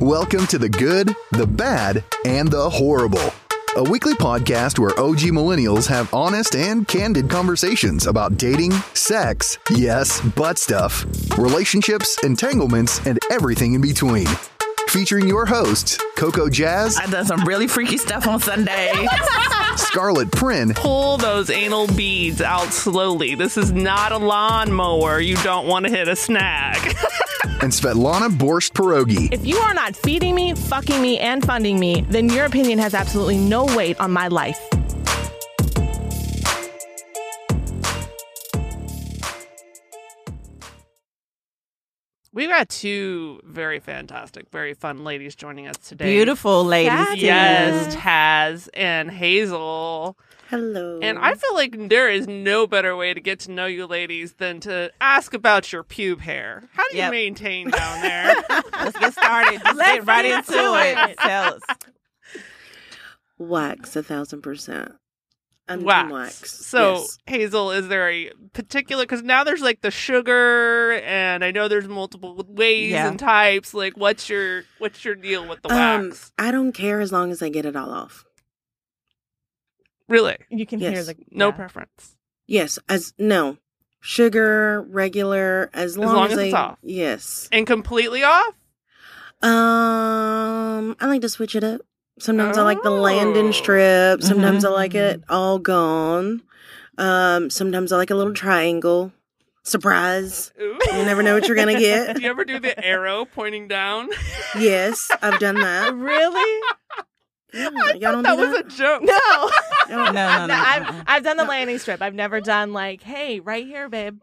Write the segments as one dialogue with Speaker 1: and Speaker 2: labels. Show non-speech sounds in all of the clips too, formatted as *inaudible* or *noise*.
Speaker 1: Welcome to the good, the bad, and the horrible. A weekly podcast where OG millennials have honest and candid conversations about dating, sex, yes, butt stuff, relationships, entanglements, and everything in between. Featuring your hosts, Coco Jazz,
Speaker 2: I've done some really freaky stuff on Sunday.
Speaker 1: Scarlet Prin,
Speaker 3: *laughs* pull those anal beads out slowly. This is not a lawnmower. You don't want to hit a snag. *laughs*
Speaker 1: and Svetlana Borscht Pierogi.
Speaker 4: If you are not feeding me, fucking me, and funding me, then your opinion has absolutely no weight on my life.
Speaker 3: We've got two very fantastic, very fun ladies joining us today.
Speaker 5: Beautiful ladies.
Speaker 3: Yes, Taz and Hazel.
Speaker 6: Hello.
Speaker 3: And I feel like there is no better way to get to know you ladies than to ask about your pube hair. How do you
Speaker 5: Yep. *laughs*
Speaker 3: maintain down there?
Speaker 5: Let's get started. Let's get right into it. Tell us.
Speaker 6: wax a thousand percent. I'm team
Speaker 3: wax.
Speaker 6: wax.
Speaker 3: So,
Speaker 6: Yes.
Speaker 3: Hazel, is there a particular? Because now there's like the sugar, and I know there's multiple ways
Speaker 5: Yeah.
Speaker 3: and types. Like, what's your what's your deal with the
Speaker 6: um,
Speaker 3: wax?
Speaker 6: I don't care as long as I get it all off.
Speaker 3: Really,
Speaker 4: You can hear
Speaker 6: Yes.
Speaker 4: the
Speaker 3: no
Speaker 4: yeah.
Speaker 3: preference.
Speaker 6: Yes, as no sugar, regular, as long,
Speaker 3: long as it's
Speaker 6: I,
Speaker 3: off.
Speaker 6: Yes.
Speaker 3: And completely off.
Speaker 6: Um, I like to switch it up. Sometimes I like the landing
Speaker 3: Oh. Mm-hmm.
Speaker 6: strip. Sometimes
Speaker 5: Mhm.
Speaker 6: I like it all gone. Um, sometimes I like a little triangle. Surprise!
Speaker 3: Ooh.
Speaker 6: You never know what you're gonna get.
Speaker 3: Do *laughs* you ever do the arrow pointing down?
Speaker 6: yes, I've done that.
Speaker 3: *laughs*
Speaker 4: Really?
Speaker 6: Yeah,
Speaker 3: I
Speaker 6: y'all
Speaker 3: thought
Speaker 6: don't
Speaker 3: that
Speaker 6: do
Speaker 3: was a
Speaker 6: that?
Speaker 3: joke.
Speaker 4: *laughs* No.
Speaker 5: No, no, no.
Speaker 4: No,
Speaker 5: uh-uh.
Speaker 4: I've, I've done the landing strip. I've never done like, hey, right here, babe.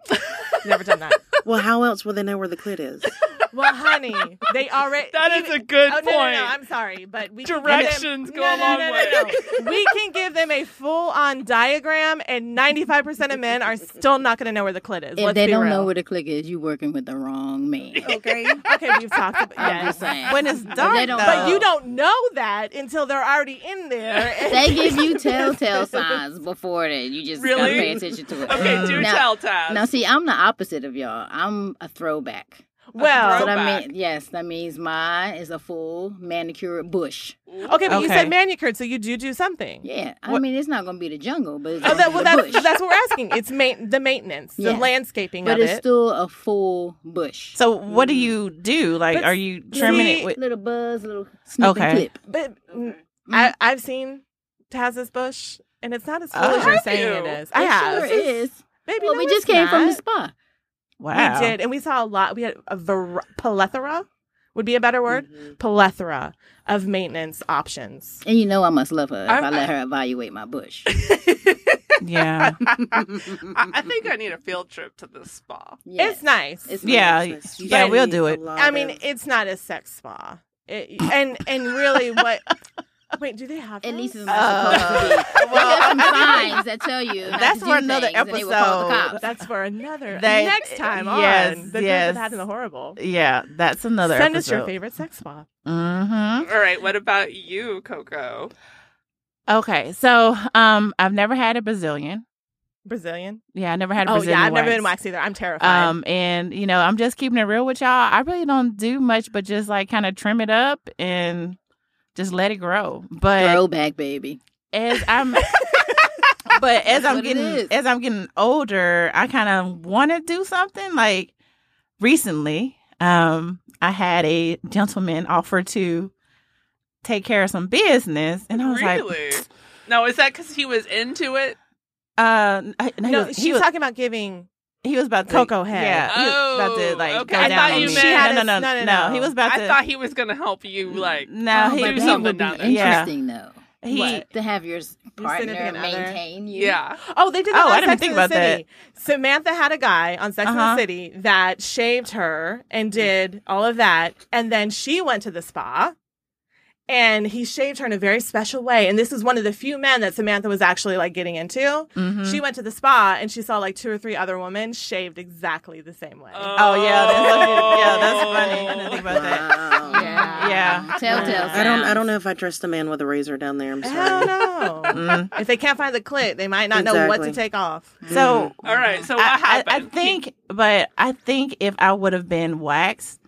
Speaker 4: Never
Speaker 3: *laughs*
Speaker 4: done that.
Speaker 6: well, how else will they know where the clit is?
Speaker 4: Well, honey, they already.
Speaker 3: That is a good
Speaker 4: oh,
Speaker 3: point.
Speaker 4: No, no, no, I'm sorry, but we can give
Speaker 3: Directions
Speaker 4: them,
Speaker 3: go
Speaker 4: no,
Speaker 3: a
Speaker 4: no,
Speaker 3: long
Speaker 4: no, no,
Speaker 3: way.
Speaker 4: no. *laughs* We can give them a full-on diagram, and 95% of men are still not going to know where the clit is.
Speaker 7: If
Speaker 4: Let's
Speaker 7: they
Speaker 4: be
Speaker 7: don't
Speaker 4: real.
Speaker 7: know where the click is, you working with the wrong man.
Speaker 6: Okay.
Speaker 4: Okay, we've talked about
Speaker 7: *laughs* I'm
Speaker 4: yes.
Speaker 7: just saying.
Speaker 5: When it's
Speaker 7: If they
Speaker 5: done,
Speaker 7: don't
Speaker 4: But
Speaker 7: know.
Speaker 4: you don't know that until they're already
Speaker 7: *laughs*
Speaker 4: in there. and-
Speaker 7: They give you telltale signs before that. You just gotta
Speaker 3: Really?
Speaker 7: pay attention to it.
Speaker 3: okay, do
Speaker 7: now,
Speaker 3: tell, Taz.
Speaker 7: Now, see, I'm the opposite of y'all. I'm a throwback. so
Speaker 4: *laughs* Well,
Speaker 7: that
Speaker 3: Throwback.
Speaker 7: mean, yes, that means mine is a full manicured bush.
Speaker 4: okay, but you
Speaker 5: Okay.
Speaker 4: said manicured, so you do do something.
Speaker 7: Yeah, I
Speaker 4: What-
Speaker 7: mean, it's not gonna be the jungle, but it's
Speaker 4: Oh,
Speaker 7: gonna
Speaker 4: that,
Speaker 7: be
Speaker 4: well,
Speaker 7: the
Speaker 4: that's,
Speaker 7: bush.
Speaker 4: that's what we're asking. It's ma- the maintenance, the
Speaker 7: Yeah.
Speaker 4: landscaping
Speaker 7: but
Speaker 4: of
Speaker 7: it's
Speaker 4: it.
Speaker 7: still a full bush.
Speaker 5: So what do you do? Like,
Speaker 4: But
Speaker 5: are you trimming
Speaker 4: see-
Speaker 5: it with?
Speaker 7: little buzz, little snip
Speaker 5: Okay.
Speaker 7: and clip.
Speaker 4: but mm,
Speaker 7: Mm.
Speaker 4: I, I've seen Taz's bush, and it's not as full
Speaker 5: Oh,
Speaker 4: as you're
Speaker 3: have
Speaker 4: saying
Speaker 3: you?
Speaker 4: it is. I have.
Speaker 7: It sure is.
Speaker 4: Baby,
Speaker 7: Well,
Speaker 4: no,
Speaker 7: we
Speaker 4: it's
Speaker 7: just came from the
Speaker 4: not.
Speaker 7: spa.
Speaker 5: Wow.
Speaker 4: We did, and we saw a lot. We had a ver- plethora, would be a better word,
Speaker 7: Mm-hmm.
Speaker 6: Mhm.
Speaker 4: plethora of maintenance options.
Speaker 7: And you know I must love her if
Speaker 3: I'm-
Speaker 7: I let her evaluate my
Speaker 4: *laughs*
Speaker 7: bush.
Speaker 5: Yeah.
Speaker 3: I, I think I need a field trip to this spa.
Speaker 7: Yes.
Speaker 4: It's nice.
Speaker 7: It's
Speaker 5: Yeah,
Speaker 7: nice.
Speaker 6: Yes, you
Speaker 5: yeah,
Speaker 6: should
Speaker 5: we'll
Speaker 6: eat
Speaker 5: do
Speaker 6: a
Speaker 5: it.
Speaker 6: lot
Speaker 4: I mean,
Speaker 6: of-
Speaker 4: it's not a sex spa.
Speaker 7: *laughs*
Speaker 4: It, and and really, what? Wait, do they have?
Speaker 7: At least
Speaker 4: those?
Speaker 7: it's not supposed to be. Well,
Speaker 5: well,
Speaker 7: some signs that tell you. not
Speaker 5: That's
Speaker 7: to
Speaker 5: for
Speaker 7: do
Speaker 5: another
Speaker 7: things, and they will call the *laughs*
Speaker 5: episode.
Speaker 7: cops.
Speaker 4: Uh, that's for another
Speaker 5: They-
Speaker 7: eh,
Speaker 4: next time
Speaker 5: yes,
Speaker 4: on the good,
Speaker 5: yes.
Speaker 4: the bad, and the horrible.
Speaker 5: Yeah, that's another.
Speaker 4: Send us
Speaker 5: episode.
Speaker 4: your favorite sex spa.
Speaker 5: Mm-hmm.
Speaker 3: All right, what about you, Coco?
Speaker 5: Okay, so um, I've never had a Brazilian.
Speaker 4: Brazilian.
Speaker 5: Yeah, I never had a
Speaker 4: oh
Speaker 5: Brazilian.
Speaker 4: yeah, I've never been
Speaker 5: wax.
Speaker 4: waxed either. I'm terrified.
Speaker 5: Um, and you know, I'm just keeping it real with y'all. I really don't do much, but just like kind of trim it up and just let it grow. But
Speaker 7: Throwback, baby.
Speaker 5: as I'm, but as
Speaker 7: That's
Speaker 5: I'm
Speaker 7: what it is.
Speaker 5: getting as I'm getting older, I kind of want to do something. Like recently, um, I had a gentleman offer to take care of some business, and I was
Speaker 3: really?
Speaker 5: like,
Speaker 3: now, is that because he was into it?
Speaker 5: uh, I- he
Speaker 4: no,
Speaker 5: was- he
Speaker 4: she's
Speaker 5: was-
Speaker 4: talking about giving.
Speaker 5: He was about to
Speaker 4: Cocoa head.
Speaker 5: Yeah, he was about
Speaker 3: Oh,
Speaker 5: to like
Speaker 3: okay.
Speaker 5: go
Speaker 3: I
Speaker 5: down
Speaker 3: thought
Speaker 5: on
Speaker 3: you
Speaker 5: me.
Speaker 3: meant- She
Speaker 4: had
Speaker 5: no,
Speaker 4: us-
Speaker 5: no, no,
Speaker 4: no, no, no.
Speaker 5: He was about
Speaker 3: I
Speaker 5: to.
Speaker 3: thought he was going to help you, like,
Speaker 5: no,
Speaker 7: oh,
Speaker 5: he
Speaker 7: but
Speaker 3: do
Speaker 7: that
Speaker 3: something
Speaker 7: would be
Speaker 3: down there.
Speaker 5: Yeah.
Speaker 7: interesting, though.
Speaker 5: he.
Speaker 4: What?
Speaker 7: To have your s- partner
Speaker 4: significant other.
Speaker 7: maintain you.
Speaker 3: yeah.
Speaker 4: Oh, they did. That
Speaker 5: Oh,
Speaker 4: on
Speaker 5: I didn't
Speaker 4: Sex
Speaker 5: think
Speaker 4: and the
Speaker 5: about that.
Speaker 4: City. Samantha had a guy on Sex
Speaker 5: Uh-huh.
Speaker 4: and the City that shaved her and did all of that, and then she went to the spa, and he shaved her in a very special way. And this is one of the few men that Samantha was actually like getting into.
Speaker 5: Mhm.
Speaker 4: She went to the spa and she saw like two or three other women shaved exactly the same way.
Speaker 5: Oh yeah, that's,
Speaker 3: Oh.
Speaker 5: yeah, that's funny. I didn't think about that.
Speaker 6: Wow.
Speaker 7: Yeah.
Speaker 5: Yeah.
Speaker 7: Telltale.
Speaker 6: I don't. I
Speaker 7: signs.
Speaker 6: don't know if I trust a man with a razor down there. I'm
Speaker 4: Hell
Speaker 6: sorry.
Speaker 4: *laughs* no.
Speaker 5: Mm.
Speaker 4: if they can't find the clit, they might not know what to
Speaker 6: Exactly.
Speaker 4: take off.
Speaker 5: So
Speaker 3: All right, so what
Speaker 5: I, I, I
Speaker 3: happened?
Speaker 5: think, but I think if I would have been waxed,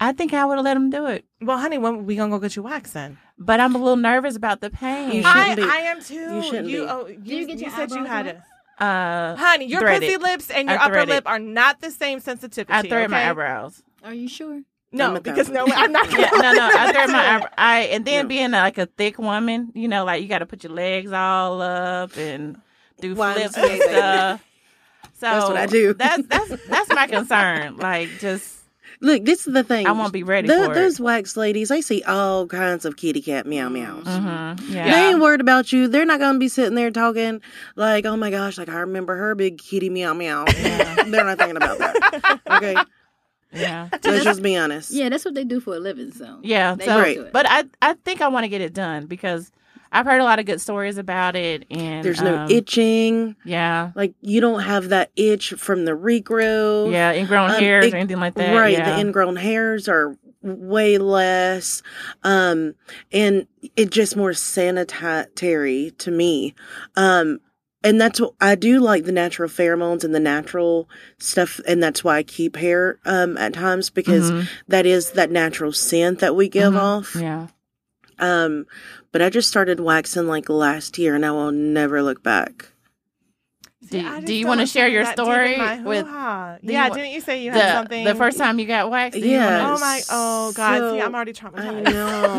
Speaker 5: I think I would have let him do it.
Speaker 4: Well, honey, when we gonna go get you waxed then?
Speaker 5: But I'm a little nervous about the pain.
Speaker 6: You
Speaker 4: I,
Speaker 6: shouldn't be.
Speaker 4: I am too.
Speaker 6: You shouldn't
Speaker 4: you,
Speaker 6: be.
Speaker 4: Oh, you,
Speaker 7: you get
Speaker 4: you
Speaker 7: your
Speaker 4: said you
Speaker 7: eyebrows
Speaker 4: had it.
Speaker 7: waxed?
Speaker 5: uh,
Speaker 4: Honey, your
Speaker 5: Thread
Speaker 4: pussy
Speaker 5: it.
Speaker 4: lips and
Speaker 5: I
Speaker 4: your upper
Speaker 5: thread it.
Speaker 4: lip are not the same sensitivity.
Speaker 5: I threaded my
Speaker 4: okay?
Speaker 5: eyebrows.
Speaker 7: Are you sure?
Speaker 6: I'm
Speaker 4: No,
Speaker 6: a
Speaker 4: because no,
Speaker 6: thousand. *laughs*
Speaker 4: I'm not.
Speaker 5: Yeah, no, no, I threaded my eyebrows. I and then
Speaker 6: No.
Speaker 5: being like a thick woman, you know, like you got to put your legs all up and do
Speaker 6: YMCA,
Speaker 5: flips and
Speaker 6: baby.
Speaker 5: stuff. So
Speaker 6: what I do.
Speaker 5: That's that's that's
Speaker 6: *laughs*
Speaker 5: my concern. Like just
Speaker 6: Look, this is the thing.
Speaker 5: I won't be ready
Speaker 6: Tho-
Speaker 5: for it.
Speaker 6: Those wax ladies, they see all kinds of kitty cat meow meows.
Speaker 5: mhm, yeah.
Speaker 6: They ain't worried about you. They're not gonna be sitting there talking like, "Oh my gosh!" Like I remember her big kitty meow meow. *laughs* They're not thinking about that.
Speaker 5: *laughs*
Speaker 6: Okay,
Speaker 5: yeah.
Speaker 6: let's just be honest.
Speaker 7: Yeah, that's what they do for a living. So
Speaker 5: Yeah,
Speaker 7: they
Speaker 5: so-
Speaker 7: used to it.
Speaker 5: But I I think I want to get it done because I've heard a lot of good stories about it and
Speaker 6: There's no
Speaker 5: um,
Speaker 6: itching.
Speaker 5: Yeah.
Speaker 6: Like you don't have that itch from the regrowth.
Speaker 5: Yeah, ingrown
Speaker 6: Um,
Speaker 5: hairs
Speaker 6: it-
Speaker 5: or anything like that.
Speaker 6: right.
Speaker 5: yeah.
Speaker 6: The ingrown hairs are way less. Um, and it just more sanitary to me. Um, and that's what I do like the natural pheromones and the natural stuff. And that's why I keep hair, um, at times because
Speaker 5: Mhm,
Speaker 6: that is that natural scent that we give
Speaker 5: mhm.
Speaker 6: off.
Speaker 5: Yeah.
Speaker 6: Um, but I just started waxing like last year and I will never look back.
Speaker 5: Do,
Speaker 4: I just
Speaker 5: do you
Speaker 4: don't
Speaker 5: want to
Speaker 4: want
Speaker 5: share your
Speaker 4: something that deep
Speaker 5: story
Speaker 4: in my
Speaker 5: with
Speaker 4: hoo-ha.
Speaker 5: do
Speaker 4: yeah,
Speaker 5: you-
Speaker 4: didn't you say you had
Speaker 5: the,
Speaker 4: something?
Speaker 5: the first time you got waxed? Do you
Speaker 6: Yeah.
Speaker 5: wanna-
Speaker 4: Oh my! Oh God! See, I'm already
Speaker 6: I
Speaker 4: *laughs* traumatized.
Speaker 6: know.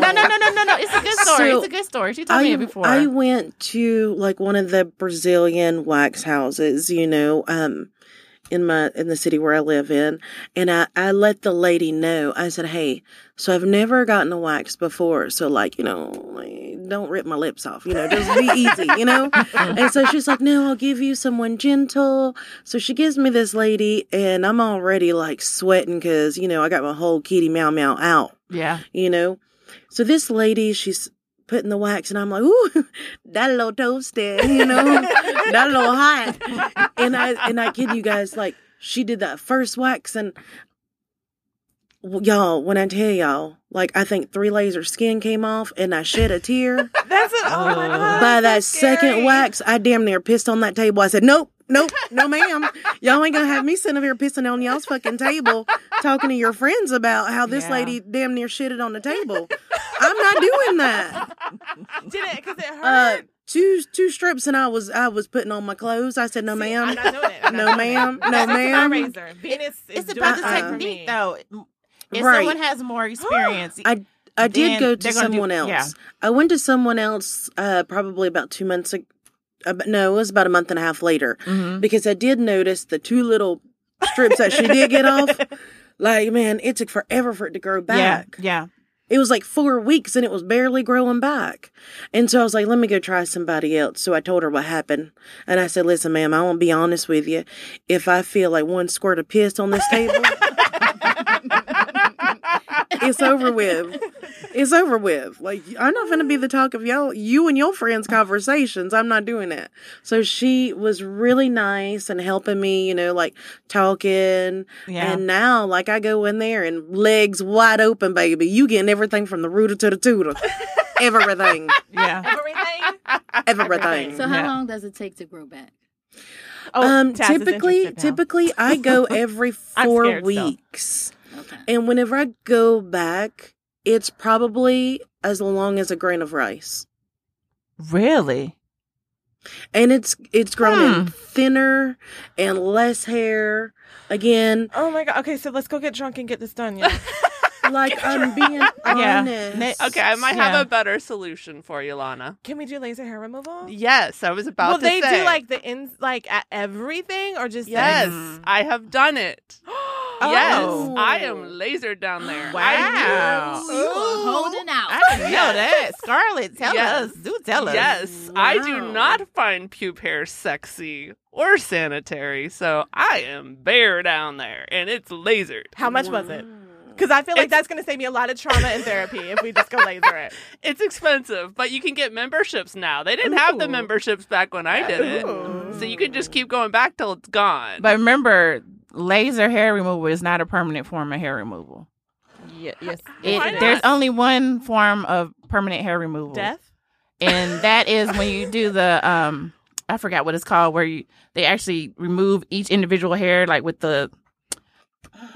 Speaker 5: *laughs* No, no, no, no, no, no. It's a good story.
Speaker 6: So,
Speaker 5: it's a good story. She told
Speaker 6: I,
Speaker 5: me it before.
Speaker 6: I went to like one of the Brazilian wax houses, you know, um, in my in the city where I live in, and I I let the lady know. I said, "Hey, so I've never gotten a wax before, so like you know, like, don't rip my lips off, you know, just be easy,
Speaker 5: *laughs*
Speaker 6: you know." and so she's like, "No, I'll give you someone gentle." So she gives me this lady, and I'm already like sweating because you know I got my whole kitty meow meow out
Speaker 5: yeah.
Speaker 6: you know. So this lady, she's putting the wax, and I'm like, ooh, *laughs* that a little toasted, you know, that a little hot. And I and I kid you guys, like she did that first wax, and w- y'all, when I tell y'all, like I think three layers of skin came off, and I shed a tear.
Speaker 4: That's it. Oh my
Speaker 6: By
Speaker 4: God!
Speaker 6: that
Speaker 4: that's
Speaker 6: second
Speaker 4: scary.
Speaker 6: wax, I damn near pissed on that table. I said, nope. Nope, no ma'am. Y'all ain't gonna have me sitting over here pissing on y'all's fucking table talking to your friends about how this
Speaker 5: Yeah.
Speaker 6: lady damn near shitted on the table. I'm not
Speaker 5: *laughs*
Speaker 6: doing that.
Speaker 4: Did it? Because it hurt.
Speaker 6: Uh two two strips and I was I was putting on my clothes. I said, No
Speaker 4: See,
Speaker 6: ma'am.
Speaker 4: I'm not doing it. I'm
Speaker 6: No
Speaker 4: not doing it.
Speaker 6: ma'am. No
Speaker 4: That's my
Speaker 6: ma'am.
Speaker 4: razor. Venus is
Speaker 5: It's
Speaker 4: doing
Speaker 5: about the
Speaker 4: it for me.
Speaker 5: technique, though. If
Speaker 6: Right.
Speaker 5: someone has
Speaker 6: *gasps*
Speaker 5: more experience,
Speaker 6: I I did
Speaker 5: Then
Speaker 6: go to
Speaker 5: they're gonna do-
Speaker 6: someone else.
Speaker 5: yeah.
Speaker 6: I went to someone else uh, probably about two months ago. no, it was about a month and a half later
Speaker 5: Mhm.
Speaker 6: because I did notice the two little strips that she did get off. Like man, it took forever for it to grow
Speaker 5: yeah,
Speaker 6: back.
Speaker 5: yeah,
Speaker 6: It was like four weeks and it was barely growing back. And so I was like, let me go try somebody else. So I told her what happened. And I said, listen, ma'am, I want to be honest with you. If I feel like one squirt of piss on this table, it's over with. It's over with. Like, I'm not going to be the talk of y'all, you and your friends' conversations. I'm not doing that. So she was really nice and helping me, you know, like talking.
Speaker 5: yeah.
Speaker 6: And now, like, I go in there and legs wide open, baby. You getting everything from the rooter to the tutor. everything.
Speaker 5: yeah.
Speaker 4: Everything.
Speaker 6: Everything.
Speaker 7: so how
Speaker 5: Yeah.
Speaker 7: long does it take to grow back?
Speaker 4: Oh,
Speaker 6: um,
Speaker 4: Taz is
Speaker 6: typically,
Speaker 4: interested now.
Speaker 6: typically,
Speaker 4: *laughs*
Speaker 6: I go every
Speaker 4: I'm
Speaker 6: four
Speaker 4: scared still.
Speaker 6: weeks.
Speaker 7: Okay.
Speaker 6: And whenever I go back, it's probably as long as a grain of rice.
Speaker 5: Really?
Speaker 6: And it's it's grown in
Speaker 5: Hmm.
Speaker 6: thinner and less hair. Again,
Speaker 4: Oh my god. Okay, so let's go get drunk and get this done. *laughs* Yeah.
Speaker 6: like I'm being
Speaker 5: Yeah.
Speaker 6: honest.
Speaker 3: Okay, I might
Speaker 5: Yeah.
Speaker 3: have a better solution for you, Lana.
Speaker 4: Can we do laser hair removal?
Speaker 3: Yes, I was about
Speaker 4: Will
Speaker 3: to
Speaker 4: they
Speaker 3: say.
Speaker 4: do like the ins, like at everything, or just the-
Speaker 3: Yes,
Speaker 5: Mhm.
Speaker 3: I have
Speaker 5: *gasps*
Speaker 3: done it.
Speaker 5: Oh.
Speaker 3: Yes, I am lasered
Speaker 5: *gasps*
Speaker 3: down there.
Speaker 5: Wow.
Speaker 7: You are holding out.
Speaker 5: I didn't know
Speaker 4: *laughs*
Speaker 5: that. Scarlett, tell
Speaker 3: Yes.
Speaker 5: us. Do tell us.
Speaker 3: Yes, I do
Speaker 6: Wow.
Speaker 3: not find pube hair sexy or sanitary, so I am bare down there, and it's lasered.
Speaker 4: How much was it? Because I feel like
Speaker 3: It's-
Speaker 4: that's going to save me a lot of trauma and therapy if we just go laser
Speaker 3: *laughs*
Speaker 4: it.
Speaker 3: It's expensive, but you can get memberships now. They didn't have the memberships back when I did it, so you can just keep going back till it's gone.
Speaker 5: But remember, laser hair removal is not a permanent form of hair removal.
Speaker 2: yes.
Speaker 5: It,
Speaker 3: not?
Speaker 5: there's only one form of permanent hair removal,
Speaker 4: Death.
Speaker 5: and that is when you do the um, I forgot what it's called, where you they actually remove each individual hair like with the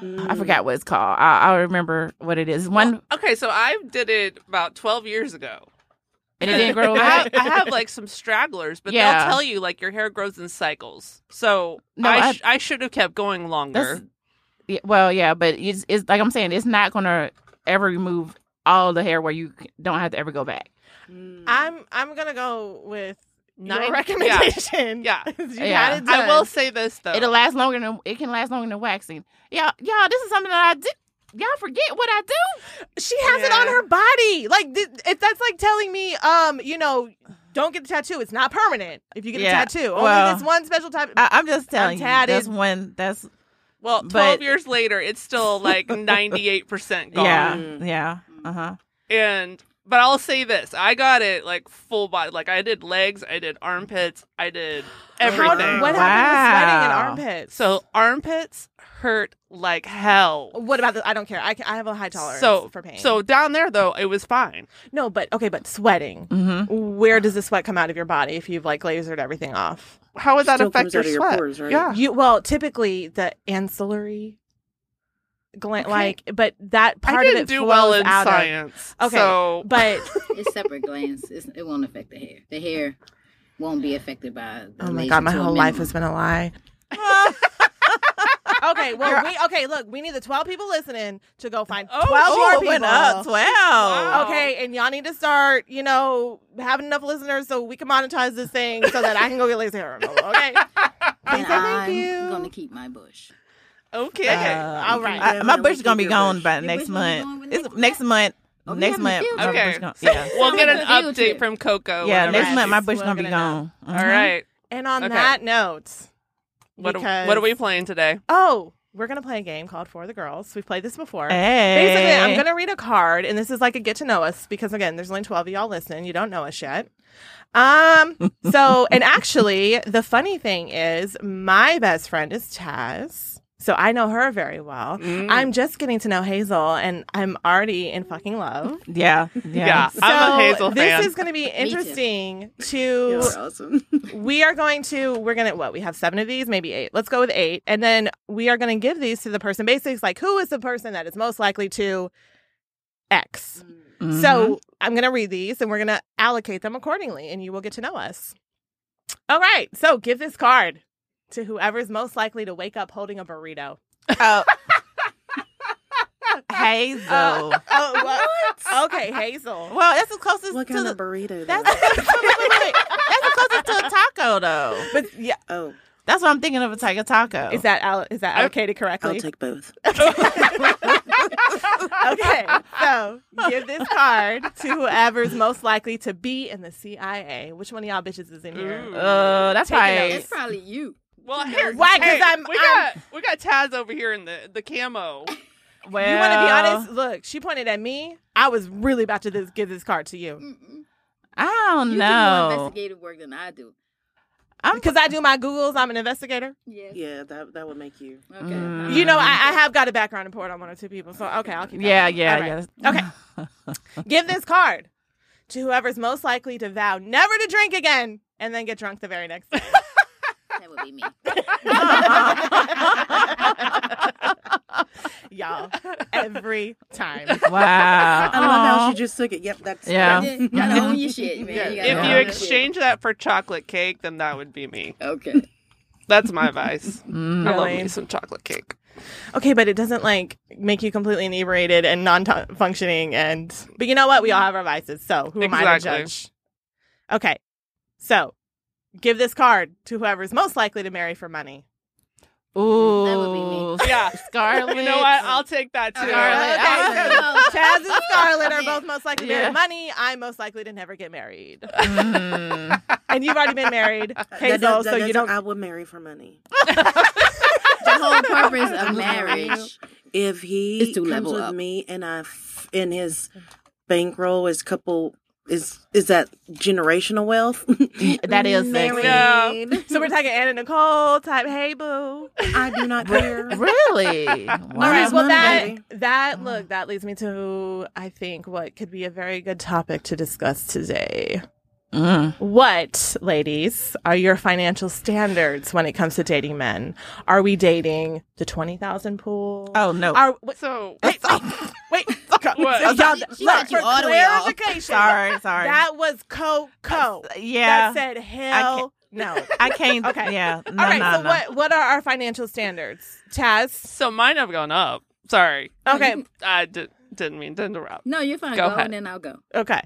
Speaker 6: Mm.
Speaker 5: I forgot what it's called. I, I'll remember what it is.
Speaker 3: *laughs*
Speaker 5: One,
Speaker 3: Okay, so I did it about 12 years ago.
Speaker 5: and it didn't grow
Speaker 3: I have,
Speaker 5: back.
Speaker 3: I
Speaker 5: *laughs*
Speaker 3: have like some stragglers, but
Speaker 5: Yeah.
Speaker 3: they'll tell you like your hair grows in cycles. So
Speaker 5: No,
Speaker 3: I,
Speaker 5: I-
Speaker 3: sh- I should have kept going
Speaker 5: That's-
Speaker 3: longer.
Speaker 5: yeah, well, yeah, but it's, it's like I'm saying, it's not gonna ever remove all the hair where you c- don't have to ever go back.
Speaker 6: Mm-hmm.
Speaker 4: I'm I'm gonna go with
Speaker 3: Nine-
Speaker 4: your recommendation. *laughs*
Speaker 3: Yeah.
Speaker 4: you
Speaker 5: Yeah.
Speaker 4: had it
Speaker 3: I
Speaker 4: done.
Speaker 3: will say this though.
Speaker 5: It'll last longer than it can last longer than waxing. Yeah, y'all, this is something that I did. Y'all forget what I do.
Speaker 4: She has it on her body. Like th- if that's like telling me, um, you know, don't get a tattoo. It's not permanent. If you get
Speaker 5: Yeah.
Speaker 4: a tattoo,
Speaker 5: Well,
Speaker 4: only this one special type.
Speaker 5: I, I'm Mm. just telling you.
Speaker 4: tatted.
Speaker 5: That's one. That's
Speaker 3: well,
Speaker 5: but-
Speaker 3: 12 years later,
Speaker 5: *laughs*
Speaker 3: it's still like 98% gone.
Speaker 5: yeah,
Speaker 6: Mm.
Speaker 5: yeah, uh huh.
Speaker 3: And but I'll say this: I got it like full body. Like I did legs, I did armpits,
Speaker 5: *gasps*
Speaker 3: I did
Speaker 4: How-
Speaker 3: everything.
Speaker 4: what happened to sweating
Speaker 5: Wow.
Speaker 4: and armpits?
Speaker 3: so armpits hurt like hell.
Speaker 4: what about the? I don't care. I, ca- I have a high tolerance
Speaker 3: So
Speaker 4: for pain.
Speaker 3: So down there though, it was fine.
Speaker 4: no, but okay, but sweating.
Speaker 5: Mm-hmm.
Speaker 4: Where does the sweat come out of your body if you've like lasered everything off?
Speaker 3: How would that
Speaker 6: Still
Speaker 3: affect
Speaker 6: comes
Speaker 3: your
Speaker 6: out of your
Speaker 3: sweat?
Speaker 6: pores, right?
Speaker 3: Yeah.
Speaker 4: You well, typically the ancillary gland,
Speaker 3: Okay.
Speaker 4: like, but that part
Speaker 3: I
Speaker 4: of
Speaker 3: didn't
Speaker 4: it
Speaker 3: do
Speaker 4: flows
Speaker 3: well in
Speaker 4: out of-
Speaker 3: science.
Speaker 4: Okay,
Speaker 3: So
Speaker 4: but
Speaker 7: It's separate glands. It's, it won't affect the hair. The hair won't be affected by. The
Speaker 4: oh my
Speaker 7: laser
Speaker 4: god, my
Speaker 7: to a
Speaker 4: whole life
Speaker 7: minimum.
Speaker 4: has been a lie. *laughs* okay, well, we okay. Look, we need the twelve people listening to go find
Speaker 3: Oh,
Speaker 4: twelve
Speaker 3: oh,
Speaker 4: more
Speaker 5: Oh,
Speaker 4: people.
Speaker 5: went up twelve.
Speaker 3: Wow.
Speaker 4: Okay, and y'all need to start, you know, having enough listeners so we can monetize this thing so that I can go get laser hair removal. Okay,
Speaker 3: *laughs*
Speaker 7: And
Speaker 4: Please say thank
Speaker 7: I'm
Speaker 4: you.
Speaker 7: gonna keep my bush.
Speaker 3: okay.
Speaker 5: Uh,
Speaker 4: all right.
Speaker 5: I- my
Speaker 6: Yeah,
Speaker 5: bush
Speaker 6: we
Speaker 5: is gonna be
Speaker 6: keep your
Speaker 5: gone
Speaker 6: bush.
Speaker 5: by
Speaker 7: Your
Speaker 5: next
Speaker 7: bush gonna
Speaker 5: month.
Speaker 7: be gone when
Speaker 5: It's
Speaker 7: next
Speaker 5: next month.
Speaker 7: Oh, we
Speaker 5: Next
Speaker 7: having a
Speaker 5: month,
Speaker 7: field
Speaker 5: my
Speaker 3: trip.
Speaker 5: bush
Speaker 3: *laughs*
Speaker 5: gonna, yeah,
Speaker 3: We'll get an
Speaker 7: Sounds like a field
Speaker 3: update
Speaker 7: trip.
Speaker 3: from Coco.
Speaker 5: yeah.
Speaker 3: whenever
Speaker 5: Next
Speaker 3: she-
Speaker 5: month, my bush
Speaker 4: We're
Speaker 5: gonna be
Speaker 4: gonna know.
Speaker 5: gone.
Speaker 3: All right.
Speaker 4: and on
Speaker 3: Okay.
Speaker 4: that note,
Speaker 3: What,
Speaker 4: because-
Speaker 3: are, what are we playing today?
Speaker 4: Oh, we're gonna play a game called For the Girls. We've played this before.
Speaker 5: Mm-hmm. Hey.
Speaker 4: Basically, I'm gonna read a card, and this is like a get to know us because again, there's only twelve of y'all listening. You don't know us yet. Um. So, and actually, the funny thing is, my best friend is Taz, so I know her very well.
Speaker 3: Mm.
Speaker 4: I'm just getting to know Hazel, and I'm already in fucking love.
Speaker 5: Yeah, yeah.
Speaker 3: Yeah. I'm a
Speaker 4: So
Speaker 3: Hazel
Speaker 4: this
Speaker 3: fan.
Speaker 4: is going to be interesting
Speaker 6: You're
Speaker 4: to
Speaker 6: awesome.
Speaker 4: we are going to we're gonna what we have seven of these maybe eight let's go with eight and then we are gonna give these to the person basically it's like who is the person that is most likely to x
Speaker 5: Mhm.
Speaker 4: so i'm gonna read these and we're gonna allocate them accordingly and you will get to know us all right so give this card to whoever's most likely to wake up holding a burrito *laughs*
Speaker 5: Oh. Mm-hmm. Hazel.
Speaker 4: Uh, oh well, okay hazel
Speaker 5: well, that's the closest
Speaker 6: What
Speaker 5: to
Speaker 6: kind
Speaker 5: the,
Speaker 6: of burrito?
Speaker 5: that's,
Speaker 6: though?
Speaker 5: wait, wait, wait. that's the closest to a taco though.
Speaker 4: but yeah
Speaker 6: oh,
Speaker 5: That's what I'm thinking of a tiger taco.
Speaker 4: is that al- is that allocated
Speaker 6: I'll
Speaker 4: correctly
Speaker 6: take both.
Speaker 4: okay, so give this card to whoever's most likely to be in the CIA. Which one of y'all bitches is in here?
Speaker 3: Ooh.
Speaker 5: uh, that's
Speaker 4: Taking
Speaker 5: right.
Speaker 7: It's probably you.
Speaker 3: Well, here,
Speaker 4: Why? 'Cause
Speaker 3: hey,
Speaker 4: I'm-
Speaker 3: we
Speaker 4: I'm-
Speaker 3: got we got Taz over here in the the camo.
Speaker 5: Well,
Speaker 4: You want to be honest? Look, she pointed at me. I was really about to this, give this card to you
Speaker 7: Mm-mm.
Speaker 5: I don't
Speaker 7: You do more
Speaker 5: know.
Speaker 7: investigative work than I do.
Speaker 5: I'm
Speaker 4: because I do my Googles. I'm an investigator.
Speaker 7: Yes.
Speaker 6: Yeah, that that would make you.
Speaker 7: Okay.
Speaker 5: Mm.
Speaker 4: You know, I, I have got a background report on one or two people, so okay, I'll keep. that
Speaker 5: yeah,
Speaker 4: one.
Speaker 5: yeah,
Speaker 4: All right.
Speaker 5: yeah.
Speaker 4: Okay. Give this card to whoever's most likely to vow never to drink again and then get drunk the very next day.
Speaker 7: that would be
Speaker 4: *laughs*
Speaker 7: me.
Speaker 4: *laughs* Y'all, every time.
Speaker 5: wow.
Speaker 6: I love how
Speaker 5: Aw.
Speaker 6: she just took it. Yep, that's
Speaker 5: Yeah.
Speaker 7: *laughs* You gotta own your shit, man. You gotta
Speaker 3: If
Speaker 7: own
Speaker 3: you
Speaker 7: your
Speaker 3: exchange that for chocolate cake, then that would be me.
Speaker 7: shit.
Speaker 4: *laughs*
Speaker 7: okay.
Speaker 3: That's my vice.
Speaker 5: Mm.
Speaker 3: I love
Speaker 4: Really?
Speaker 3: me some chocolate cake.
Speaker 4: Okay, but it doesn't like make you completely inebriated and non-functioning. And but you know what? We all have our vices, so who am I to
Speaker 3: Exactly.
Speaker 4: judge? Okay, so give this card to whoever's most likely to marry for money.
Speaker 5: Ooh.
Speaker 7: That would be me.
Speaker 3: Yeah.
Speaker 5: Scarlet.
Speaker 3: You know what? I'll take that too.
Speaker 7: Okay.
Speaker 5: Scarlet.
Speaker 7: Okay.
Speaker 4: Chaz and Scarlett are both most likely to
Speaker 5: Yeah.
Speaker 4: marry money. I'm most likely to never get married,
Speaker 5: Mm.
Speaker 4: and you've already been married,
Speaker 6: does-
Speaker 4: Hazel, so you
Speaker 6: doesn't-
Speaker 4: don't.
Speaker 6: I would marry for money.
Speaker 7: the
Speaker 4: *laughs*
Speaker 7: whole purpose of marriage.
Speaker 6: If he
Speaker 7: It's to
Speaker 6: comes
Speaker 7: level
Speaker 6: with
Speaker 7: up.
Speaker 6: me and I f- and his bankroll is couple is is that generational wealth?
Speaker 5: That
Speaker 6: *laughs*
Speaker 5: is sexy.
Speaker 3: No.
Speaker 4: so we're talking Anna Nicole type. Hey, boo.
Speaker 6: I do not care.
Speaker 5: Really? Wow.
Speaker 6: All
Speaker 4: All right.
Speaker 6: right,
Speaker 4: Well,
Speaker 6: Monday.
Speaker 4: that that look that leads me to I think what could be a very good topic to discuss today.
Speaker 5: Mm.
Speaker 4: What, ladies, are your financial standards when it comes to dating men? Are we dating the 20,000 pool?
Speaker 5: Oh no.
Speaker 4: Are,
Speaker 3: *laughs*
Speaker 4: wait,
Speaker 3: So
Speaker 4: wait, wait,
Speaker 3: What?
Speaker 4: *laughs* y'all,
Speaker 7: She got
Speaker 4: look,
Speaker 7: you
Speaker 4: for
Speaker 7: all the way off.
Speaker 4: clarification,
Speaker 5: sorry, sorry.
Speaker 4: That was Coco.
Speaker 5: yeah.
Speaker 4: That said, hell no.
Speaker 5: I can't.
Speaker 4: Okay.
Speaker 5: Yeah. No,
Speaker 4: All right,
Speaker 5: no,
Speaker 4: so
Speaker 5: no.
Speaker 4: what what are our financial standards? Taz.
Speaker 3: so mine have gone up. Sorry,
Speaker 4: Okay,
Speaker 3: I d- didn't mean to interrupt.
Speaker 7: No, you're fine.
Speaker 3: Go
Speaker 7: Go,
Speaker 3: ahead.
Speaker 7: and then I'll go.
Speaker 4: okay.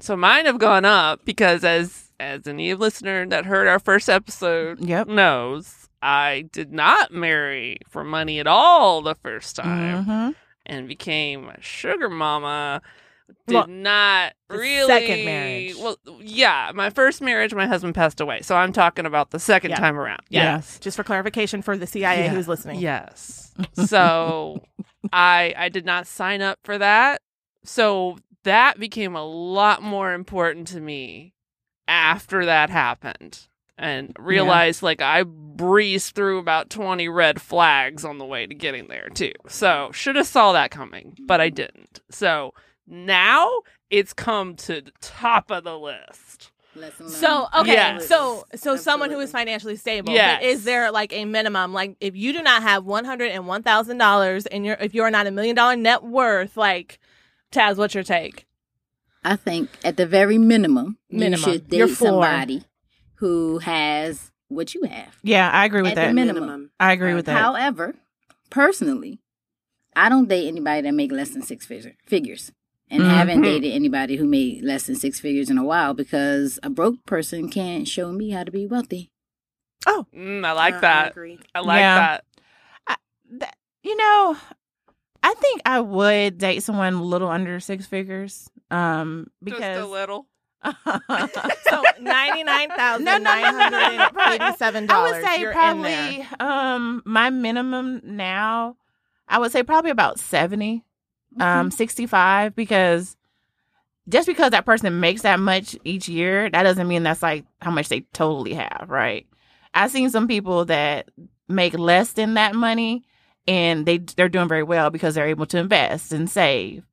Speaker 3: So mine have gone up because as as any listener that heard our first episode
Speaker 5: Yep.
Speaker 3: knows, I did not marry for money at all the first
Speaker 4: Mm-hmm.
Speaker 3: time.
Speaker 5: hmm
Speaker 3: and became a sugar mama did
Speaker 4: Well,
Speaker 3: not
Speaker 4: the
Speaker 3: really
Speaker 4: second marriage.
Speaker 3: well yeah my first marriage my husband passed away so i'm talking about the second
Speaker 4: Yeah.
Speaker 3: time around
Speaker 5: Yeah.
Speaker 3: yes
Speaker 4: Just for clarification for the CIA
Speaker 3: Yeah.
Speaker 4: who's listening.
Speaker 3: yes so i i did not sign up for that so that became a lot more important to me after that happened and realized like i breezed through about 20 red flags on the way to getting there too so should have saw that coming but i didn't so now it's come to the top of the list
Speaker 7: Lesson learned.
Speaker 4: So okay,
Speaker 3: Yes.
Speaker 4: so so someone who is
Speaker 7: Absolutely.
Speaker 4: financially stable.
Speaker 3: Yes.
Speaker 4: But is there like a minimum? Like if you do not have one hundred and one thousand dollars and you're if you're not a million dollar net worth, like Taz, what's your take?
Speaker 7: I think at the very minimum,
Speaker 4: Minimum.
Speaker 7: you should date
Speaker 4: You're four.
Speaker 7: somebody who has what you have.
Speaker 5: Yeah, I agree with
Speaker 7: At
Speaker 5: that.
Speaker 7: the minute-
Speaker 5: I agree with that.
Speaker 7: However, personally, I don't date anybody that make less than six figure, figures, and
Speaker 5: Mm-hmm.
Speaker 7: haven't dated anybody who made less than six figures in a while because a broke person can't show me how to be wealthy.
Speaker 3: mm, i
Speaker 6: Uh,
Speaker 3: like that i like
Speaker 5: Yeah.
Speaker 3: that
Speaker 5: That- you know, I think I would date someone a little under six figures. Um,
Speaker 3: just a
Speaker 5: because
Speaker 3: little
Speaker 5: *laughs*
Speaker 4: *laughs* So ninety nine thousand
Speaker 5: No,
Speaker 4: nine
Speaker 5: no, no, no, no,
Speaker 4: hundred
Speaker 5: no,
Speaker 4: and
Speaker 5: right.
Speaker 4: eighty seven
Speaker 5: I
Speaker 4: dollars.
Speaker 5: would say probably um my minimum now. I would say probably about seventy, um, sixty five because just because that person makes that much each year, that doesn't mean that's like how much they totally have, right? I've seen some people that make less than that money and they they're doing very well because they're able to invest and save.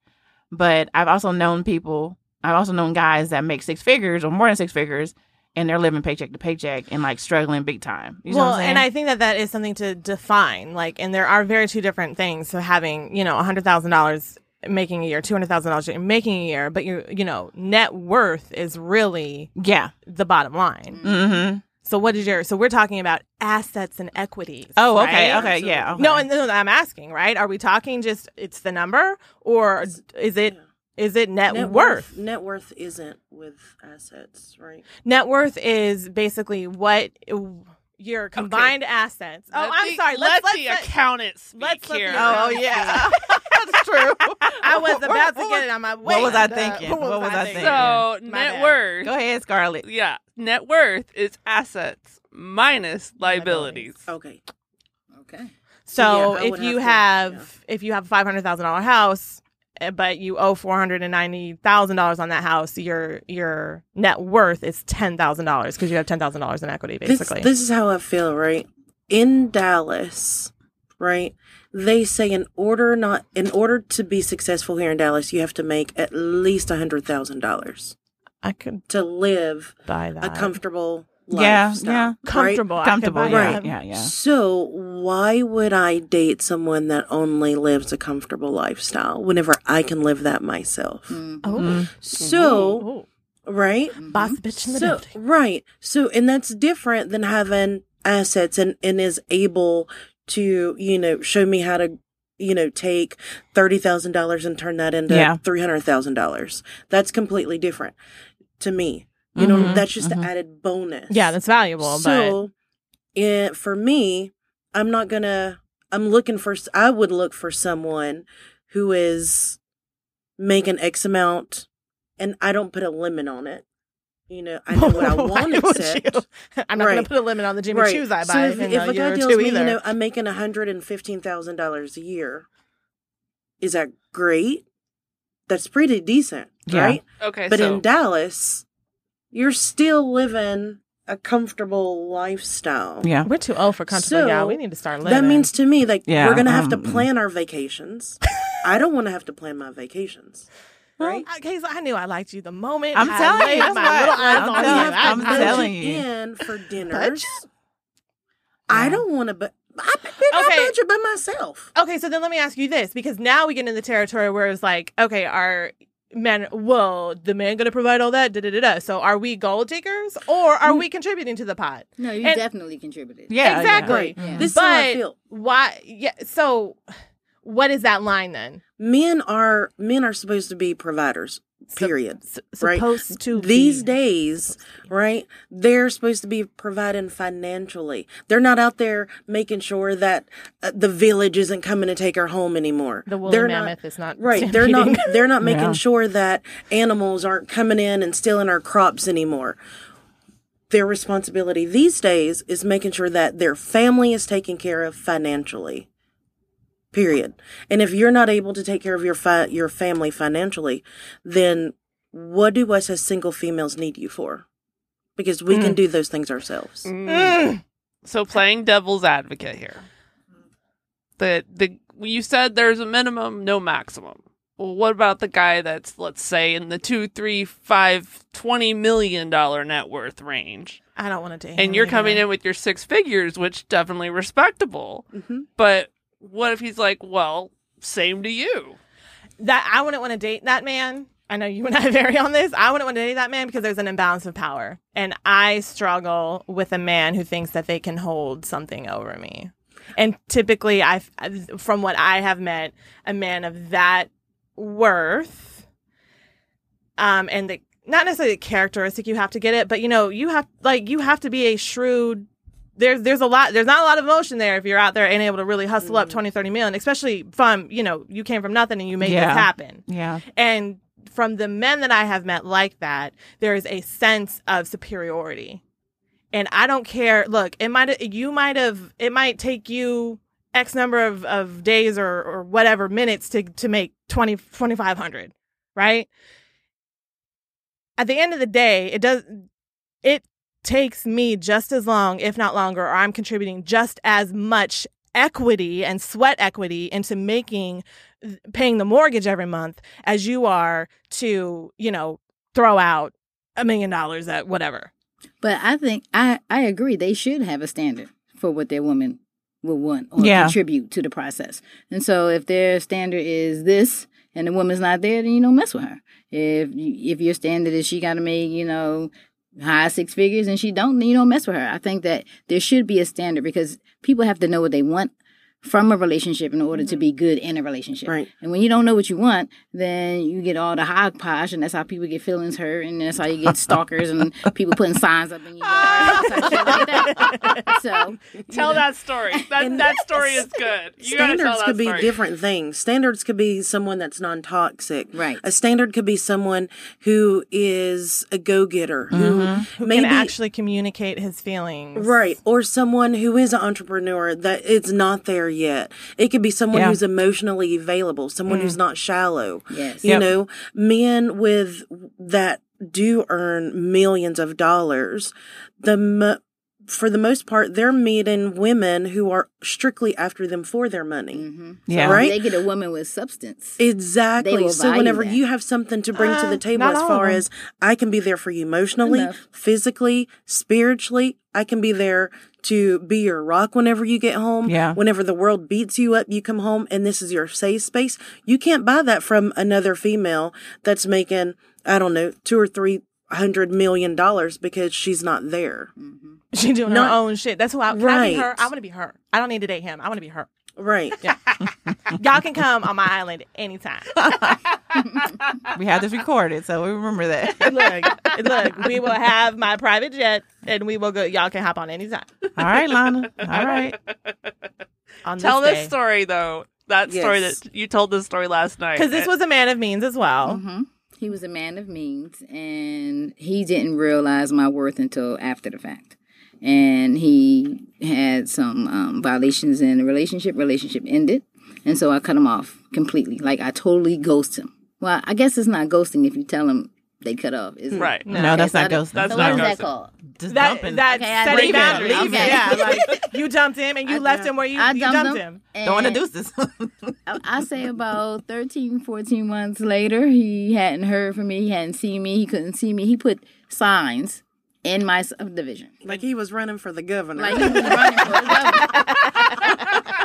Speaker 5: But I've also known people, I've also known guys that make six figures or more than six figures and they're living paycheck to paycheck and like struggling big time. You know
Speaker 4: well,
Speaker 5: what I'm
Speaker 4: and I
Speaker 5: saying?
Speaker 4: think that that is something to define. Like, and there are very two different things. So having you know a hundred thousand dollars making a year, two hundred thousand dollars making a year, but your you know net worth is really
Speaker 5: yeah.
Speaker 4: the bottom line.
Speaker 5: Mm-hmm.
Speaker 4: So what is your? So we're talking about assets and equities.
Speaker 5: Oh, okay,
Speaker 4: right?
Speaker 5: okay, yeah. Okay.
Speaker 4: No, and no, I'm asking, right? Are we talking just it's the number, or is it is it net,
Speaker 6: Net
Speaker 4: worth?
Speaker 6: worth. Net worth isn't with assets, right?
Speaker 4: Net worth is basically what your combined assets. Oh,
Speaker 3: Let
Speaker 4: I'm
Speaker 3: the-
Speaker 4: sorry. Let's,
Speaker 3: let
Speaker 4: let's,
Speaker 3: the
Speaker 4: let-
Speaker 3: accountant speak
Speaker 4: let's let the
Speaker 3: here.
Speaker 4: accountant
Speaker 5: Oh,
Speaker 4: *laughs*
Speaker 5: yeah. That's *laughs* true.
Speaker 4: I was about to get it. I'm like, wait.
Speaker 5: was I
Speaker 4: the-
Speaker 5: thinking?
Speaker 4: who
Speaker 5: What was I thinking?
Speaker 3: So
Speaker 4: My
Speaker 3: net
Speaker 4: bad.
Speaker 3: worth,
Speaker 5: Go ahead, Scarlett.
Speaker 3: yeah, net worth is assets minus liabilities.
Speaker 4: Oh.
Speaker 6: Okay.
Speaker 7: Okay.
Speaker 4: So
Speaker 6: Yeah, I
Speaker 4: if
Speaker 6: would
Speaker 4: you
Speaker 6: have
Speaker 4: have,
Speaker 6: to-
Speaker 4: if you have a five hundred thousand dollar house, eh, but you owe four hundred and ninety thousand dollars on that house, your your net worth is ten thousand dollars because you have ten thousand dollars in equity,
Speaker 6: This,
Speaker 4: basically.
Speaker 6: this is how I feel, right? In Dallas, right? They say in order not in order to be successful here in Dallas, you have to make at least a hundred thousand dollars
Speaker 4: I could
Speaker 6: to live
Speaker 4: buy that.
Speaker 6: a comfortable
Speaker 5: Yeah,
Speaker 6: lifestyle.
Speaker 5: yeah.
Speaker 6: right?
Speaker 4: comfortable, I could
Speaker 5: Comfortable.
Speaker 4: buy
Speaker 5: Yeah,
Speaker 4: that.
Speaker 5: yeah, yeah.
Speaker 6: So why would I date someone that only lives a comfortable lifestyle whenever I can live that myself?
Speaker 7: Mm.
Speaker 4: Oh,
Speaker 6: So
Speaker 4: oh,
Speaker 6: right,
Speaker 4: boss bitch in the
Speaker 6: mm. so
Speaker 4: building.
Speaker 6: right, so and that's different than having assets and and is able to you know show me how to you know take thirty thousand dollars and turn that into
Speaker 5: Yeah.
Speaker 6: three hundred thousand dollars. That's completely different to me. You know,
Speaker 5: Mhm,
Speaker 6: that's just
Speaker 5: mhm.
Speaker 6: the added bonus.
Speaker 4: Mm-hmm, Yeah, that's valuable, but
Speaker 6: So, it, for me, I'm not gonna. I'm looking for. s- I would look for someone who is making X amount, and I don't put a limit on it. You know, I know what I
Speaker 4: *laughs* Why
Speaker 6: want to
Speaker 4: would
Speaker 6: accept. *laughs*
Speaker 4: you? I'm not going
Speaker 6: Right.
Speaker 4: to put a limit on the Jimmy
Speaker 6: Right.
Speaker 4: shoes I buy.
Speaker 6: so if, if
Speaker 4: even though
Speaker 6: a guy
Speaker 4: you're
Speaker 6: tells
Speaker 4: two
Speaker 6: me,
Speaker 4: either.
Speaker 6: you know, I'm making hundred and fifteen thousand dollars a year, is that great? That's pretty decent,
Speaker 5: Yeah.
Speaker 6: right?
Speaker 3: Okay,
Speaker 6: But
Speaker 3: so
Speaker 6: in Dallas, you're still living a comfortable lifestyle.
Speaker 5: Yeah.
Speaker 4: We're too old for comfortable.
Speaker 6: So,
Speaker 4: yeah, we need to start living.
Speaker 6: That means to me, like
Speaker 5: Yeah,
Speaker 6: we're gonna have to
Speaker 5: um,
Speaker 4: *laughs*
Speaker 6: plan our vacations. I don't want to have to plan my vacations. right?
Speaker 4: I, Kay's like, I knew I liked you the moment.
Speaker 5: I'm
Speaker 4: I
Speaker 5: telling you,
Speaker 4: laid
Speaker 5: that's
Speaker 4: my
Speaker 5: why-
Speaker 4: little eyes
Speaker 5: I'm
Speaker 4: on
Speaker 5: telling-
Speaker 4: you.
Speaker 5: Oh, I'm
Speaker 4: I-
Speaker 6: Budget
Speaker 5: telling you.
Speaker 6: in
Speaker 4: *laughs*
Speaker 6: for dinners. I don't want to, but I bet
Speaker 4: Okay.
Speaker 6: I budget by myself.
Speaker 4: Okay, so then let me ask you this because now we get into the territory where it's like, okay, are men, well, the man going to provide all that? Da, da, da, da. So are we gold diggers or are we contributing to the pot?
Speaker 7: No, you
Speaker 4: And-
Speaker 7: definitely contributed.
Speaker 5: Yeah,
Speaker 4: exactly.
Speaker 7: Yeah.
Speaker 6: This is how I
Speaker 4: But
Speaker 6: feel.
Speaker 4: why? Yeah. So what is that line then?
Speaker 6: Men are men are supposed to be providers.
Speaker 4: Sup-
Speaker 6: Period.
Speaker 4: S-
Speaker 6: Right.
Speaker 4: supposed to
Speaker 6: These
Speaker 4: be.
Speaker 6: days, right? They're supposed to be providing financially. They're not out there making sure that uh, the village isn't coming to take her home anymore.
Speaker 4: the woolly
Speaker 6: they're
Speaker 4: mammoth
Speaker 6: not
Speaker 4: is not *laughs*
Speaker 6: right. They're not.
Speaker 5: *laughs*
Speaker 6: *laughs*
Speaker 4: stampeding.
Speaker 6: They're not making
Speaker 5: Yeah.
Speaker 6: sure that animals aren't coming in and stealing our crops anymore. Their responsibility these days is making sure that their family is taken care of financially. Period. And if you're not able to take care of your fi- your family financially, then what do us as single females need you for? Because we can do those things ourselves.
Speaker 3: Mm.
Speaker 5: Mm.
Speaker 3: So playing devil's advocate here. The the you said there's a minimum, no maximum. Well, what about the guy that's let's say in the two, three, five, twenty million dollar net worth range,
Speaker 4: I don't want to date. him
Speaker 3: and you're
Speaker 4: either.
Speaker 3: coming in with your six figures, which definitely respectable.
Speaker 6: Mhm.
Speaker 3: But what if he's like, well, same to you?
Speaker 4: that I wouldn't want to date that man. I know you and I *laughs* vary on this. I wouldn't want to date that man because there's an imbalance of power. And I struggle with a man who thinks that they can hold something over me. And typically, I, from what I have met, a man of that worth, um, and the not necessarily the characteristic you have to get it, but you know, you have like you have to be a shrewd. There's there's a lot there's not a lot of emotion there if you're out there and able to really hustle up 20, 30 million, especially from you know you came from nothing and you made
Speaker 5: Yeah.
Speaker 4: this happen.
Speaker 5: Yeah.
Speaker 4: And from the men that I have met like that, there is a sense of superiority. And I don't care. Look, it might you might have it might take you X number of, of days or, or whatever minutes to, to make 20 2500, right? At the end of the day, it does it takes me just as long, if not longer, or I'm contributing just as much equity and sweat equity into making paying the mortgage every month as you are to, you know, throw out a million dollars at whatever.
Speaker 7: But I think I I agree they should have a standard for what their woman will want or
Speaker 5: Yeah.
Speaker 7: contribute to the process. And so if their standard is this and the woman's not there, then you don't mess with her. If you, if your standard is she got to make you know high six figures and she don't, then you don't mess with her. I think that there should be a standard because people have to know what they want from a relationship in order to be good in a relationship.
Speaker 6: Mm-hmm. Right.
Speaker 7: And when you don't know what you want, then you get all the hodgepodge, and that's how people get feelings hurt, and that's how you get
Speaker 6: *laughs*
Speaker 7: stalkers and people putting signs up in your yard. and stuff
Speaker 6: *laughs*
Speaker 7: like that. So
Speaker 3: Tell that story. That
Speaker 6: And
Speaker 3: that story is good. You gotta tell
Speaker 6: standards
Speaker 3: that
Speaker 6: could be
Speaker 3: story.
Speaker 6: different things. Standards could be someone that's non toxic.
Speaker 7: Right.
Speaker 6: A standard could be someone who is a go getter, who maybe
Speaker 4: Can actually communicate his feelings.
Speaker 6: right, or someone who is an entrepreneur that it's not there yet. It could be someone
Speaker 5: Yeah.
Speaker 6: who's emotionally available, someone who's not shallow.
Speaker 7: Yes.
Speaker 6: You
Speaker 5: Yep.
Speaker 6: know, men with that do earn millions of dollars. The mo- for the most part, they're meeting women who are strictly after them for their money.
Speaker 5: Yeah.
Speaker 6: Right?
Speaker 7: Mm-hmm. they get a woman with substance. They
Speaker 6: Exactly.
Speaker 7: will
Speaker 6: So
Speaker 7: value
Speaker 6: whenever
Speaker 7: that.
Speaker 6: you have something to bring to
Speaker 4: Uh,
Speaker 6: the table
Speaker 4: not
Speaker 6: as
Speaker 4: all
Speaker 6: far
Speaker 4: of 'em.
Speaker 6: as I can be there for you emotionally,
Speaker 7: Enough.
Speaker 6: physically, spiritually, I can be there to be your rock whenever you get home.
Speaker 5: Yeah.
Speaker 6: Whenever the world beats you up, you come home and this is your safe space. You can't buy that from another female that's making, I don't know, two or three hundred million dollars because she's not there.
Speaker 4: *laughs*
Speaker 7: Mm-hmm.
Speaker 4: She doing
Speaker 6: Not-
Speaker 4: her own shit. That's who I, can I be her.
Speaker 6: Right.
Speaker 4: I want to be her. I don't need to date him. I want to be her. *laughs*
Speaker 6: Right.
Speaker 4: Y'all can come on my island anytime.
Speaker 5: We have this recorded, so we remember that.
Speaker 4: *laughs* look, look, we will have my private jet and we will go. Y'all can hop on anytime.
Speaker 5: All right, Lana. All right.
Speaker 4: On
Speaker 3: Tell
Speaker 4: this
Speaker 3: this story though. That story
Speaker 6: Yes.
Speaker 3: that you told this story last night.
Speaker 4: Because this was a man of means as well.
Speaker 7: hmm He was a man of means, and he didn't realize my worth until after the fact. And he had some um, violations in the relationship. Relationship ended, and so I cut him off completely. Like I totally ghost him. Well, I guess it's not ghosting if you tell him they cut off. Is it?
Speaker 3: Right.
Speaker 5: No, that's
Speaker 7: Okay,
Speaker 5: not
Speaker 7: so-
Speaker 5: ghosting.
Speaker 3: That's
Speaker 7: so
Speaker 3: not
Speaker 7: what is that
Speaker 3: ghosting.
Speaker 7: called?
Speaker 5: Just
Speaker 4: That
Speaker 5: dumping.
Speaker 4: that
Speaker 7: Okay, I
Speaker 4: setting
Speaker 5: break it up.
Speaker 4: boundaries.
Speaker 5: Okay.
Speaker 4: Yeah, *laughs* like you dumped him and you
Speaker 7: I
Speaker 4: left
Speaker 7: dumped-
Speaker 4: him where you,
Speaker 7: I
Speaker 4: you
Speaker 7: dumped
Speaker 4: dumped
Speaker 7: him.
Speaker 4: him.
Speaker 7: And
Speaker 5: Don't want to do this.
Speaker 7: I, I say about 13, 14 months later, he hadn't heard from me. He hadn't seen me. He couldn't see me. He put signs in my subdivision.
Speaker 6: Like he was running for the governor.
Speaker 7: Like he was running for the governor. *laughs*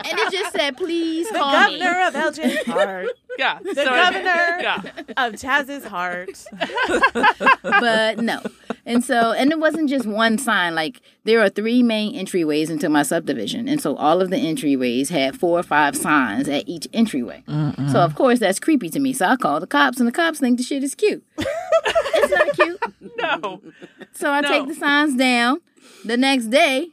Speaker 7: and it just said, please call me.
Speaker 4: Governor of Elgin's heart,
Speaker 3: Yeah. The
Speaker 4: governor.
Speaker 3: *laughs* Yeah.
Speaker 4: of Chaz's heart.
Speaker 7: But no. And so, and it wasn't just one sign. Like there are three main entryways into my subdivision. And so all of the entryways had four or five signs at each entryway. So of course that's creepy to me. So I call the cops and the cops think the shit is cute. it's not cute.
Speaker 3: No.
Speaker 7: So I
Speaker 3: No.
Speaker 7: take the signs down. The next day,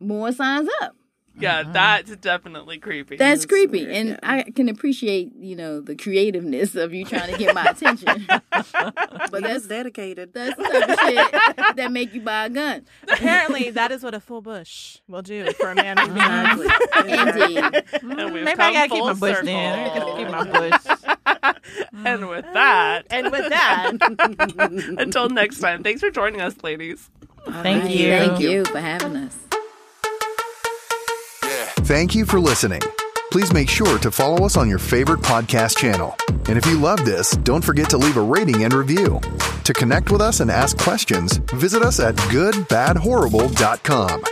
Speaker 7: more signs up.
Speaker 3: Yeah. That's definitely creepy.
Speaker 7: That's, creepy.
Speaker 6: weird,
Speaker 7: and
Speaker 6: yeah.
Speaker 7: I can appreciate, you know, the creativeness of you trying to get
Speaker 6: *laughs*
Speaker 7: my attention.
Speaker 6: but that's dedicated.
Speaker 7: That's the type of shit that make you buy a gun.
Speaker 4: Apparently, that is what a full bush will do for a man. who's not-
Speaker 6: Exactly.
Speaker 7: Indeed.
Speaker 3: And we've
Speaker 5: Maybe *laughs* I
Speaker 3: come
Speaker 5: gotta keep my
Speaker 3: full
Speaker 5: bush then. I gotta
Speaker 3: circle.
Speaker 5: keep my bush.
Speaker 3: and with that,
Speaker 4: *laughs* and with that,
Speaker 3: until next time, thanks for joining us, ladies.
Speaker 5: Thank you.
Speaker 7: Thank you for having us.
Speaker 1: Thank you for listening. Please make sure to follow us on your favorite podcast channel. And if you love this, don't forget to leave a rating and review. To connect with us and ask questions, visit us at goodbadhorrible.com.